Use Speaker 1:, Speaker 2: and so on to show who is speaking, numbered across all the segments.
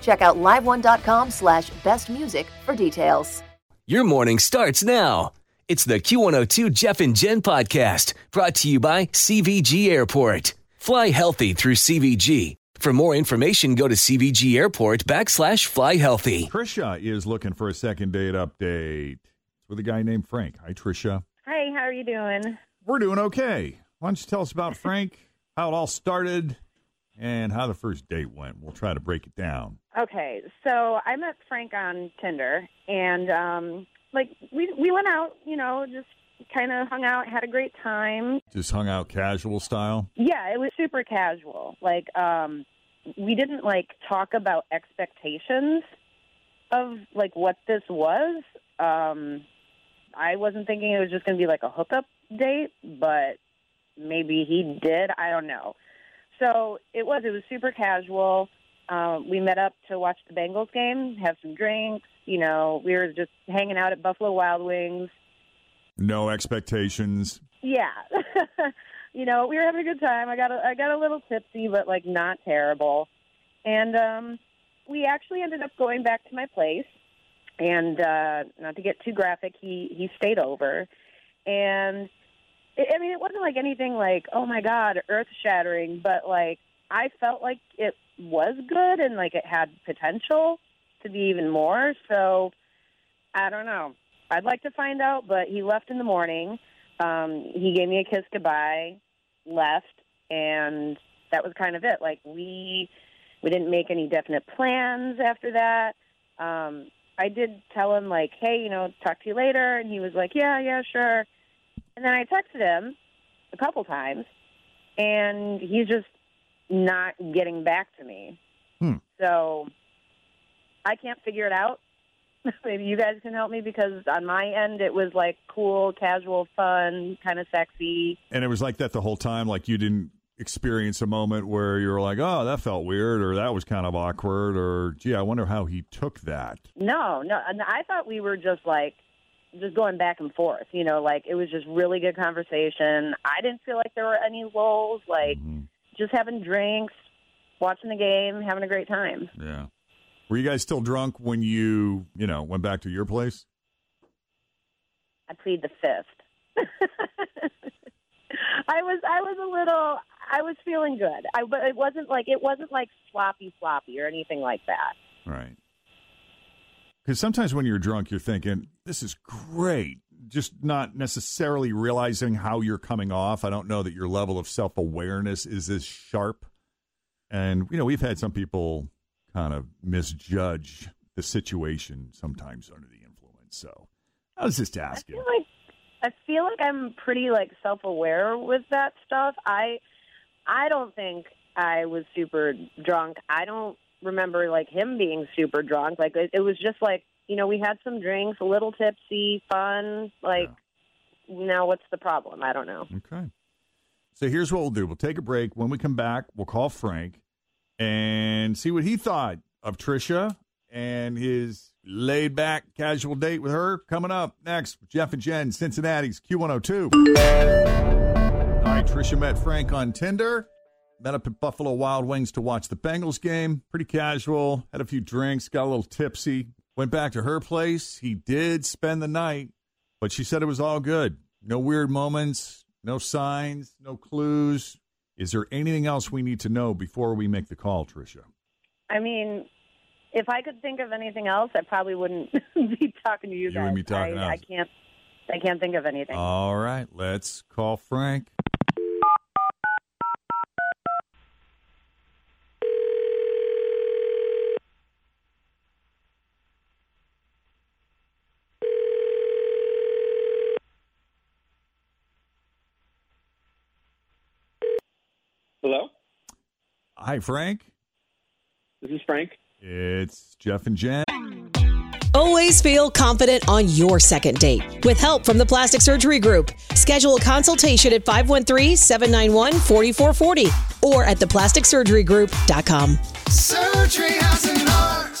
Speaker 1: Check out liveone.com slash best music for details.
Speaker 2: Your morning starts now. It's the Q102 Jeff and Jen podcast brought to you by CVG Airport. Fly healthy through CVG. For more information, go to CVG Airport backslash fly healthy.
Speaker 3: Trisha is looking for a second date update It's with a guy named Frank. Hi, Trisha.
Speaker 4: Hey, how are you doing?
Speaker 3: We're doing okay. Why don't you tell us about Frank, how it all started, and how the first date went? We'll try to break it down.
Speaker 4: Okay, so I met Frank on Tinder, and um, like we we went out, you know, just kind of hung out, had a great time.
Speaker 3: Just hung out casual style.
Speaker 4: Yeah, it was super casual. Like um, we didn't like talk about expectations of like what this was. Um, I wasn't thinking it was just going to be like a hookup date, but maybe he did. I don't know. So it was. It was super casual. Um, we met up to watch the Bengals game, have some drinks. You know, we were just hanging out at Buffalo Wild Wings.
Speaker 3: No expectations.
Speaker 4: Yeah, you know, we were having a good time. I got a, I got a little tipsy, but like not terrible. And um, we actually ended up going back to my place. And uh, not to get too graphic, he he stayed over, and it, I mean, it wasn't like anything like, oh my God, earth shattering, but like I felt like it was good and like it had potential to be even more. So I don't know. I'd like to find out, but he left in the morning. Um, he gave me a kiss goodbye, left, and that was kind of it. Like we we didn't make any definite plans after that. Um, I did tell him like, hey, you know, talk to you later, and he was like, yeah, yeah, sure. And then I texted him a couple times, and he's just not getting back to me.
Speaker 3: Hmm.
Speaker 4: So I can't figure it out. Maybe you guys can help me because on my end it was like cool, casual, fun, kind of sexy.
Speaker 3: And it was like that the whole time. Like you didn't experience a moment where you were like, oh, that felt weird or that was kind of awkward or, gee, I wonder how he took that.
Speaker 4: No, no, and I thought we were just like just going back and forth. You know, like it was just really good conversation. I didn't feel like there were any lulls. Like
Speaker 3: Mhm.
Speaker 4: just having drinks, watching the game, having a great time.
Speaker 3: Yeah. Were you guys still drunk when you, you know, went back to your place?
Speaker 4: I plead the fifth. I was I was a little I was feeling good. I but it wasn't like it wasn't like sloppy sloppy or anything like that.
Speaker 3: Right. Because sometimes when you're drunk, you're thinking, this is great. Just not necessarily realizing how you're coming off. I don't know that your level of self awareness is as sharp. And, you know, we've had some people kind of misjudge the situation sometimes under the influence. So I was just
Speaker 4: I
Speaker 3: asking.
Speaker 4: feel like I feel like I'm pretty like self aware with that stuff. I I don't think I was super drunk. I don't remember like him being super drunk. Like it, it was just like you know we had some drinks, a little tipsy, fun. Like now what's the problem? I don't know.
Speaker 3: Okay. So here's what we'll do we'll take a break. When we come back, we'll call Frank and see what he thought of Trisha and his laid back casual date with her coming up next. Jeff and Jen, Cincinnati's Q102. All right, Trisha met Frank on Tinder. Met up at Buffalo Wild Wings to watch the Bengals game. Pretty casual. Had a few drinks, got a little tipsy. Went back to her place. He did spend the night, but she said it was all good. No weird moments, no signs, no clues. Is there anything else we need to know before we make the call, Trisha?
Speaker 4: I mean, if I could think of anything else, I probably wouldn't be talking to you,
Speaker 3: You
Speaker 4: guys.
Speaker 3: wouldn't be talking to
Speaker 4: I, I
Speaker 3: us.
Speaker 4: can't. I can't think of anything.
Speaker 3: All right, let's call Frank.
Speaker 5: Hello,
Speaker 3: Hi, Frank.
Speaker 5: this is Frank.
Speaker 3: It's Jeff and Jen.
Speaker 6: Always feel confident on your second date. With help from the Plastic Surgery Group, schedule a consultation at 513 791 4440 or at theplasticsurgerygroup.com.
Speaker 7: Surgery has an art.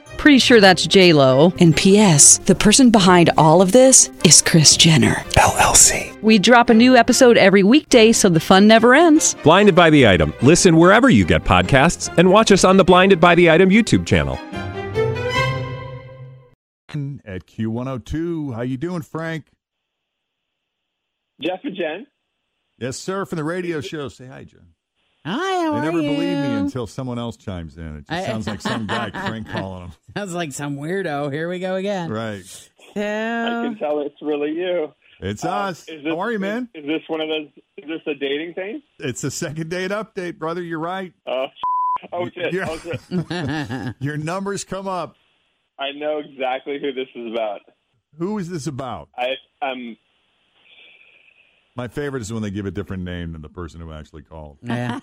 Speaker 8: Pretty sure that's J Lo.
Speaker 6: And P.S. The person behind all of this is Chris Jenner.
Speaker 9: LLC.
Speaker 8: We drop a new episode every weekday, so the fun never ends.
Speaker 9: Blinded by the item. Listen wherever you get podcasts, and watch us on the Blinded by the Item YouTube channel.
Speaker 3: at Q102. How you doing, Frank?
Speaker 5: Jeff and Jen.
Speaker 3: Yes, sir, from the radio show. Say hi, Jen.
Speaker 10: Hi, how
Speaker 3: They
Speaker 10: are
Speaker 3: never
Speaker 10: you?
Speaker 3: believe me until someone else chimes in. It
Speaker 10: I-
Speaker 3: just sounds like some guy Frank calling
Speaker 10: Sounds like some weirdo. Here we go again.
Speaker 3: them. Right.
Speaker 5: I
Speaker 10: Uh,
Speaker 5: can tell it's really you.
Speaker 3: It's
Speaker 5: Uh,
Speaker 3: us.
Speaker 5: is this-
Speaker 3: How are you,
Speaker 5: is-
Speaker 3: man?
Speaker 5: Is, this one of those? Is this a dating thing?
Speaker 3: It's a second date update, brother. You're right.
Speaker 5: Uh, oh shit!
Speaker 3: Yeah.
Speaker 5: Oh, shit.
Speaker 10: So.
Speaker 3: Your numbers come up.
Speaker 5: I know exactly who this is about.
Speaker 3: Who is this about?
Speaker 5: I um.
Speaker 3: My favorite is when they give a different name than the person who actually called.
Speaker 10: yeah.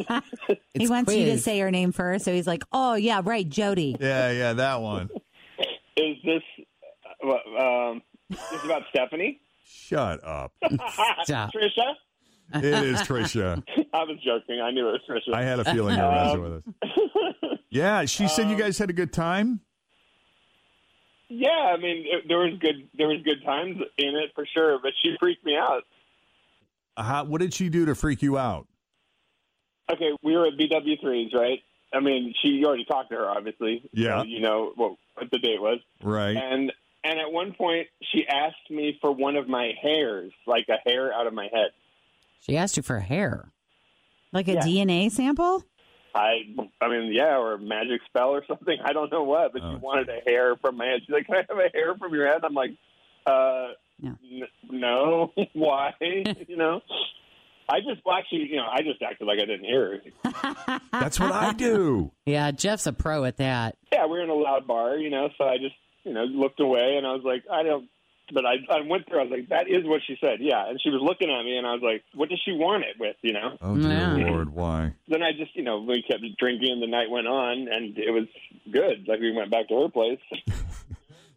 Speaker 11: he
Speaker 10: It's
Speaker 11: wants you to
Speaker 10: quiz.
Speaker 11: say her name first, so he's like, "Oh yeah, right, Jody."
Speaker 3: Yeah, yeah, that one.
Speaker 5: Is this? uh, Um, this about Stephanie.
Speaker 3: Shut up.
Speaker 10: Stop.
Speaker 5: Trisha.
Speaker 3: It is Trisha.
Speaker 5: I was joking. I knew it was Trisha.
Speaker 3: I had a feeling you were messing with us. Yeah, she said you
Speaker 5: Um,
Speaker 3: guys had a good time.
Speaker 5: yeah, I mean, it, there was good. There was good times in it for sure, but she freaked me out.
Speaker 3: How, what did she do to freak you out?
Speaker 5: Okay, we were at BW3s, right? I mean, she you already talked to her, obviously.
Speaker 3: Yeah.
Speaker 5: So you know what, what the date was,
Speaker 3: Right.
Speaker 5: and and at one point she asked me for one of my hairs, like a hair out of my head.
Speaker 10: She asked you for hair.
Speaker 11: Like a
Speaker 5: Yeah.
Speaker 11: DNA sample?
Speaker 5: I, I mean, yeah, or a magic spell or something. I don't know what, but
Speaker 3: Oh,
Speaker 5: she wanted a hair from my head. She's like, "Can I have a hair from your head?" I'm like, uh,
Speaker 11: No.
Speaker 5: n- no, why? you know, I just well, actually, you know, I just acted like I didn't hear her. Uh,
Speaker 3: That's what I do.
Speaker 10: Yeah, Jeff's a pro at that.
Speaker 5: yeah, we were in a loud bar, you know, so I just, you know, looked away and I was like, I don't, but I, I went through, I was like, that is what she said, yeah. And she was looking at me and I was like, what does she want it with, you know?
Speaker 3: Oh dear
Speaker 10: Yeah.
Speaker 3: Lord, why?
Speaker 5: Then I just, you know, we kept drinking and the night went on and it was good. Like we went back to her place.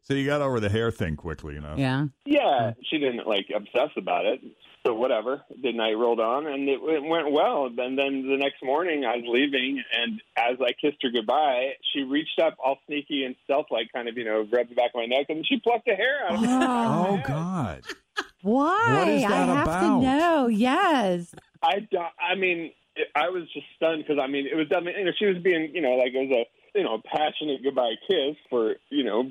Speaker 3: So you got over the hair thing quickly enough.
Speaker 10: Yeah.
Speaker 5: yeah, she didn't like obsess about it. So whatever. The night rolled on and it, it went well. And then the next morning I was leaving and as I kissed her goodbye, she reached up all sneaky and stealth like kind of, you know, rubbed the back of my neck and she plucked a hair out of me.
Speaker 3: Oh God.
Speaker 11: Why?
Speaker 3: What is that
Speaker 11: I have
Speaker 3: about?
Speaker 11: to know. Yes.
Speaker 5: I, do- I mean, it, I was just stunned because I mean, it was. I mean, you know, she was being, you know, like it was a, you know, passionate goodbye kiss for, you know,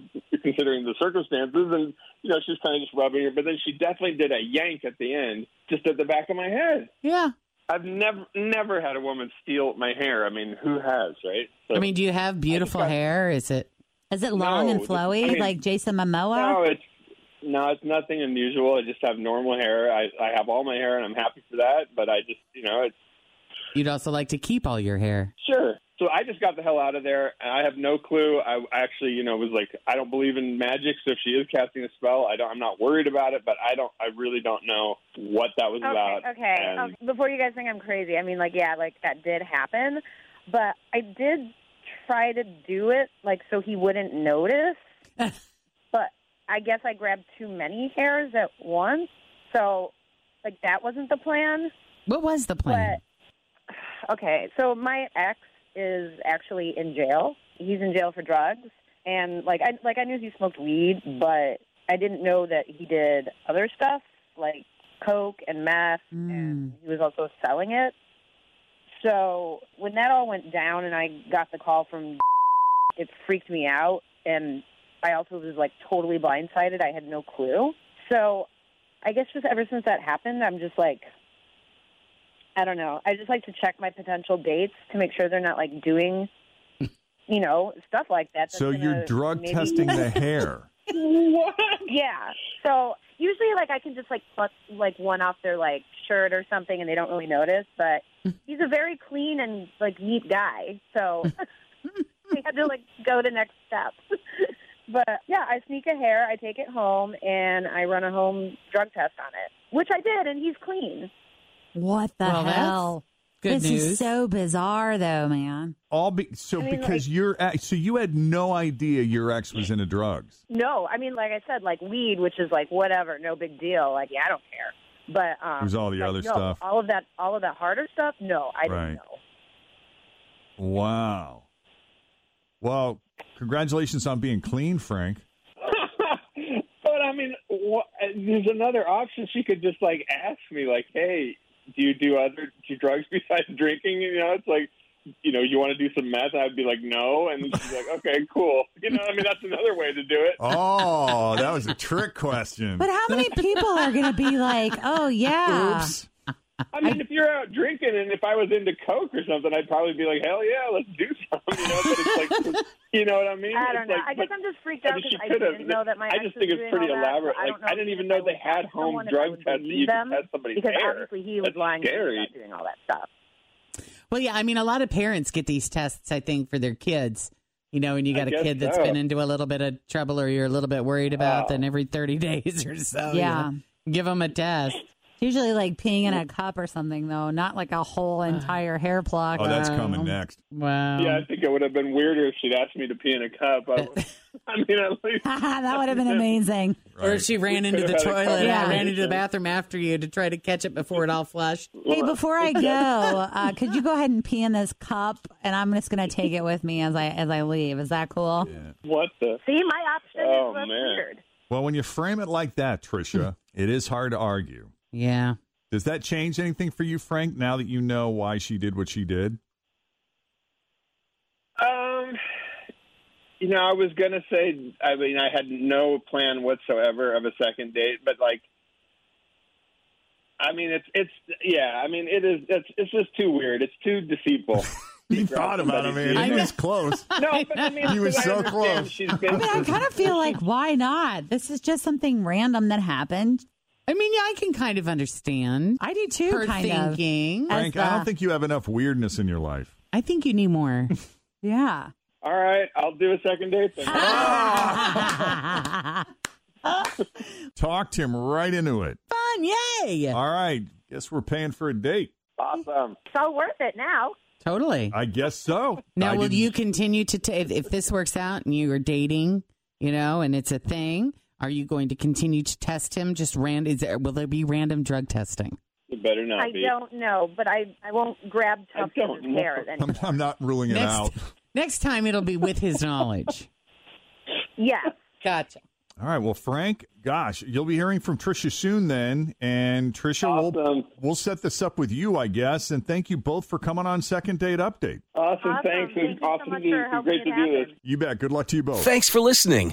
Speaker 5: considering the circumstances, and you know, she was kind of just rubbing her, but then she definitely did a yank at the end, just at the back of my head.
Speaker 10: Yeah.
Speaker 5: I've never, never had a woman steal my hair. I mean, who has, right? So,
Speaker 10: I mean, do you have beautiful
Speaker 5: I-
Speaker 10: hair? Is it?
Speaker 11: Is it long
Speaker 5: No,
Speaker 11: and
Speaker 5: this-
Speaker 11: flowy
Speaker 5: I mean-
Speaker 11: like Jason Momoa?
Speaker 5: no, it's no, it's nothing unusual. I just have normal hair. I, I have all my hair, and I'm happy for that. But I just, you know, it's.
Speaker 10: You'd also like to keep all your hair.
Speaker 5: Sure. So I just got the hell out of there, and I have no clue. I actually, you know, was like, I don't believe in magic, so if she is casting a spell, I don't. I'm not worried about it, but I don't. I really don't know what that was about.
Speaker 4: Okay, okay.
Speaker 5: And
Speaker 4: okay. Before you guys think I'm crazy, I mean, like, yeah, like that did happen, but I did try to do it like so he wouldn't notice. but I guess I grabbed too many hairs at once. So like that wasn't the plan.
Speaker 11: What was the plan?
Speaker 4: Okay, so my ex is actually in jail. He's in jail for drugs, and like I like I knew he smoked weed, but I didn't know that he did other stuff like coke and meth, and he was also selling it. So when that all went down, and I got the call from, it freaked me out, and I also was like totally blindsided. I had no clue. So I guess just ever since that happened, I'm just like I don't know. I just like to check my potential dates to make sure they're not like doing, you know, stuff like that. that's
Speaker 3: So you're
Speaker 4: gonna
Speaker 3: drug
Speaker 4: maybe-
Speaker 3: testing the hair.
Speaker 4: what? Yeah. So usually, like, I can just like pluck like one off their like shirt or something, and they don't really notice. But he's a very clean and like neat guy, so we had to like go to next steps. but yeah, I sneak a hair, I take it home, and I run a home drug test on it, which I did, and he's clean.
Speaker 11: What the
Speaker 10: Well, that's
Speaker 11: hell?
Speaker 10: good
Speaker 11: this
Speaker 10: news.
Speaker 11: is so bizarre, though, man.
Speaker 3: All be, so
Speaker 4: I mean,
Speaker 3: because your ex, so you had no idea your ex was into drugs.
Speaker 4: No, I mean, like I said, like weed, which is like whatever, no big deal. Like, yeah, I don't care. But um,
Speaker 3: It was all the
Speaker 4: like,
Speaker 3: other
Speaker 4: no,
Speaker 3: stuff.
Speaker 4: all of that, all of that harder stuff. No, I
Speaker 3: Right.
Speaker 4: didn't know.
Speaker 3: Wow. Well, congratulations on being clean, Frank.
Speaker 5: but I mean, wha there's another option. She could just like ask me, like, "Hey, do you do other do you drugs besides drinking?" You know, it's like, you know, you want to do some meth? I'd be like, "No," and she's like, "Okay, cool." You know, I mean, that's another way to do it.
Speaker 3: Oh, that was a trick question.
Speaker 12: uh,
Speaker 11: But how many people are going to be like, oh, yeah.
Speaker 3: Oops.
Speaker 5: I mean, if you're out drinking and if I was into coke or something, I'd probably be like, "Hell yeah, let's do something." You know, but it's like, you know what I mean?
Speaker 4: I don't
Speaker 5: It's
Speaker 4: know.
Speaker 5: like-
Speaker 4: I guess
Speaker 5: but-
Speaker 4: I'm just freaked
Speaker 5: I
Speaker 4: out
Speaker 5: mean,
Speaker 4: because
Speaker 5: she
Speaker 4: I
Speaker 5: could have.
Speaker 4: didn't know that my.
Speaker 5: I
Speaker 4: ex
Speaker 5: just think
Speaker 4: was
Speaker 5: it's
Speaker 4: doing
Speaker 5: pretty
Speaker 4: all that, so
Speaker 5: elaborate.
Speaker 4: I
Speaker 5: Like,
Speaker 4: don't know
Speaker 5: I didn't
Speaker 4: if
Speaker 5: even
Speaker 4: I
Speaker 5: know
Speaker 4: would
Speaker 5: they had
Speaker 4: ask
Speaker 5: home
Speaker 4: someone if I
Speaker 5: drug
Speaker 4: would
Speaker 5: tests that
Speaker 4: believe
Speaker 5: you could
Speaker 4: them,
Speaker 5: test somebody's
Speaker 4: because
Speaker 5: hair.
Speaker 4: obviously he was
Speaker 5: That's
Speaker 4: lying to me
Speaker 5: scary.
Speaker 4: about doing all that stuff.
Speaker 12: Well, yeah, I mean, a lot of parents get these tests, I think, for their kids. You know, and you
Speaker 5: I
Speaker 12: got a
Speaker 5: guess
Speaker 12: kid that's
Speaker 5: so.
Speaker 12: been into a little bit of trouble or you're a little bit worried about, then every 30 days or so, you
Speaker 11: Yeah.
Speaker 12: give them a test.
Speaker 11: It's usually like peeing in a cup or something, though, not like a whole entire hair pluck.
Speaker 3: Oh, that's
Speaker 11: or-
Speaker 12: um,
Speaker 3: coming next.
Speaker 12: Wow.
Speaker 5: Yeah, I think it would have been weirder if she'd asked me to pee in a cup. I, I mean, at least
Speaker 11: that would have been amazing.
Speaker 12: Or if she ran into the
Speaker 5: Could've had a
Speaker 12: toilet,
Speaker 11: Yeah.
Speaker 12: yeah. ran into the bathroom after you to try to catch it before it all flushed.
Speaker 11: Hey, before I go, uh, could you go ahead and pee in this cup? And I'm just going to take it with me as I as I leave. Is that cool?
Speaker 5: what the?
Speaker 4: See, my option
Speaker 5: Oh,
Speaker 4: is what's
Speaker 5: man.
Speaker 4: weird.
Speaker 3: Well, when you frame it like that, Tricia, it is hard to argue.
Speaker 12: Yeah.
Speaker 3: Does that change anything for you, Frank, now that you know why she did what she did?
Speaker 5: Um, you know, I was gonna say. I mean, I had no plan whatsoever of a second date, but like, I mean, it's it's yeah. I mean, it is. It's it's just too weird. It's too deceitful.
Speaker 3: He thought about it, man. He was close.
Speaker 5: No, but I mean,
Speaker 3: He was
Speaker 5: 'cause I
Speaker 3: so
Speaker 5: understand
Speaker 3: close.
Speaker 5: She's been
Speaker 11: I mean, I kind of feel like why not? This is just something random that happened.
Speaker 12: I mean, yeah, I can kind of understand
Speaker 11: I do too,
Speaker 12: her
Speaker 11: kind of.
Speaker 12: thinking.
Speaker 11: As
Speaker 3: Frank, I don't
Speaker 12: uh,
Speaker 11: the-
Speaker 3: think you have enough weirdness in your life.
Speaker 12: I think you need more.
Speaker 11: Yeah.
Speaker 5: All right, I'll do a second date then.
Speaker 3: Talked him right into it.
Speaker 12: Fun, yay!
Speaker 3: All right. Guess we're paying for a date.
Speaker 5: Awesome.
Speaker 4: So worth it now.
Speaker 12: Totally.
Speaker 3: I guess so.
Speaker 12: Now,
Speaker 3: I
Speaker 12: will
Speaker 3: didn't-
Speaker 12: you continue to ta- if, if this works out and you are dating, you know, and it's a thing? Are you going to continue to test him? Just ran? Is there will there be random drug testing?
Speaker 5: It better not
Speaker 4: I
Speaker 5: be.
Speaker 4: don't know, but I I won't grab Tufton's
Speaker 5: know.
Speaker 4: hair. Then
Speaker 3: I'm, I'm not ruling it out.
Speaker 12: next time it'll be with his knowledge.
Speaker 4: yes.
Speaker 12: Gotcha.
Speaker 3: All right. Well, Frank, gosh, you'll be hearing from Trisha soon then. And Trisha, we'll,
Speaker 5: Awesome.
Speaker 3: we'll set this up with you, I guess. And thank you both for coming on Second Date Update.
Speaker 5: Awesome.
Speaker 4: Awesome.
Speaker 5: Thanks.
Speaker 4: Thank you
Speaker 5: It's
Speaker 4: so
Speaker 5: awesome
Speaker 4: much
Speaker 5: to
Speaker 4: for
Speaker 5: do.
Speaker 4: helping
Speaker 5: Great
Speaker 4: it
Speaker 5: to do this.
Speaker 4: happen.
Speaker 3: You bet. Good luck to you both.
Speaker 2: Thanks for listening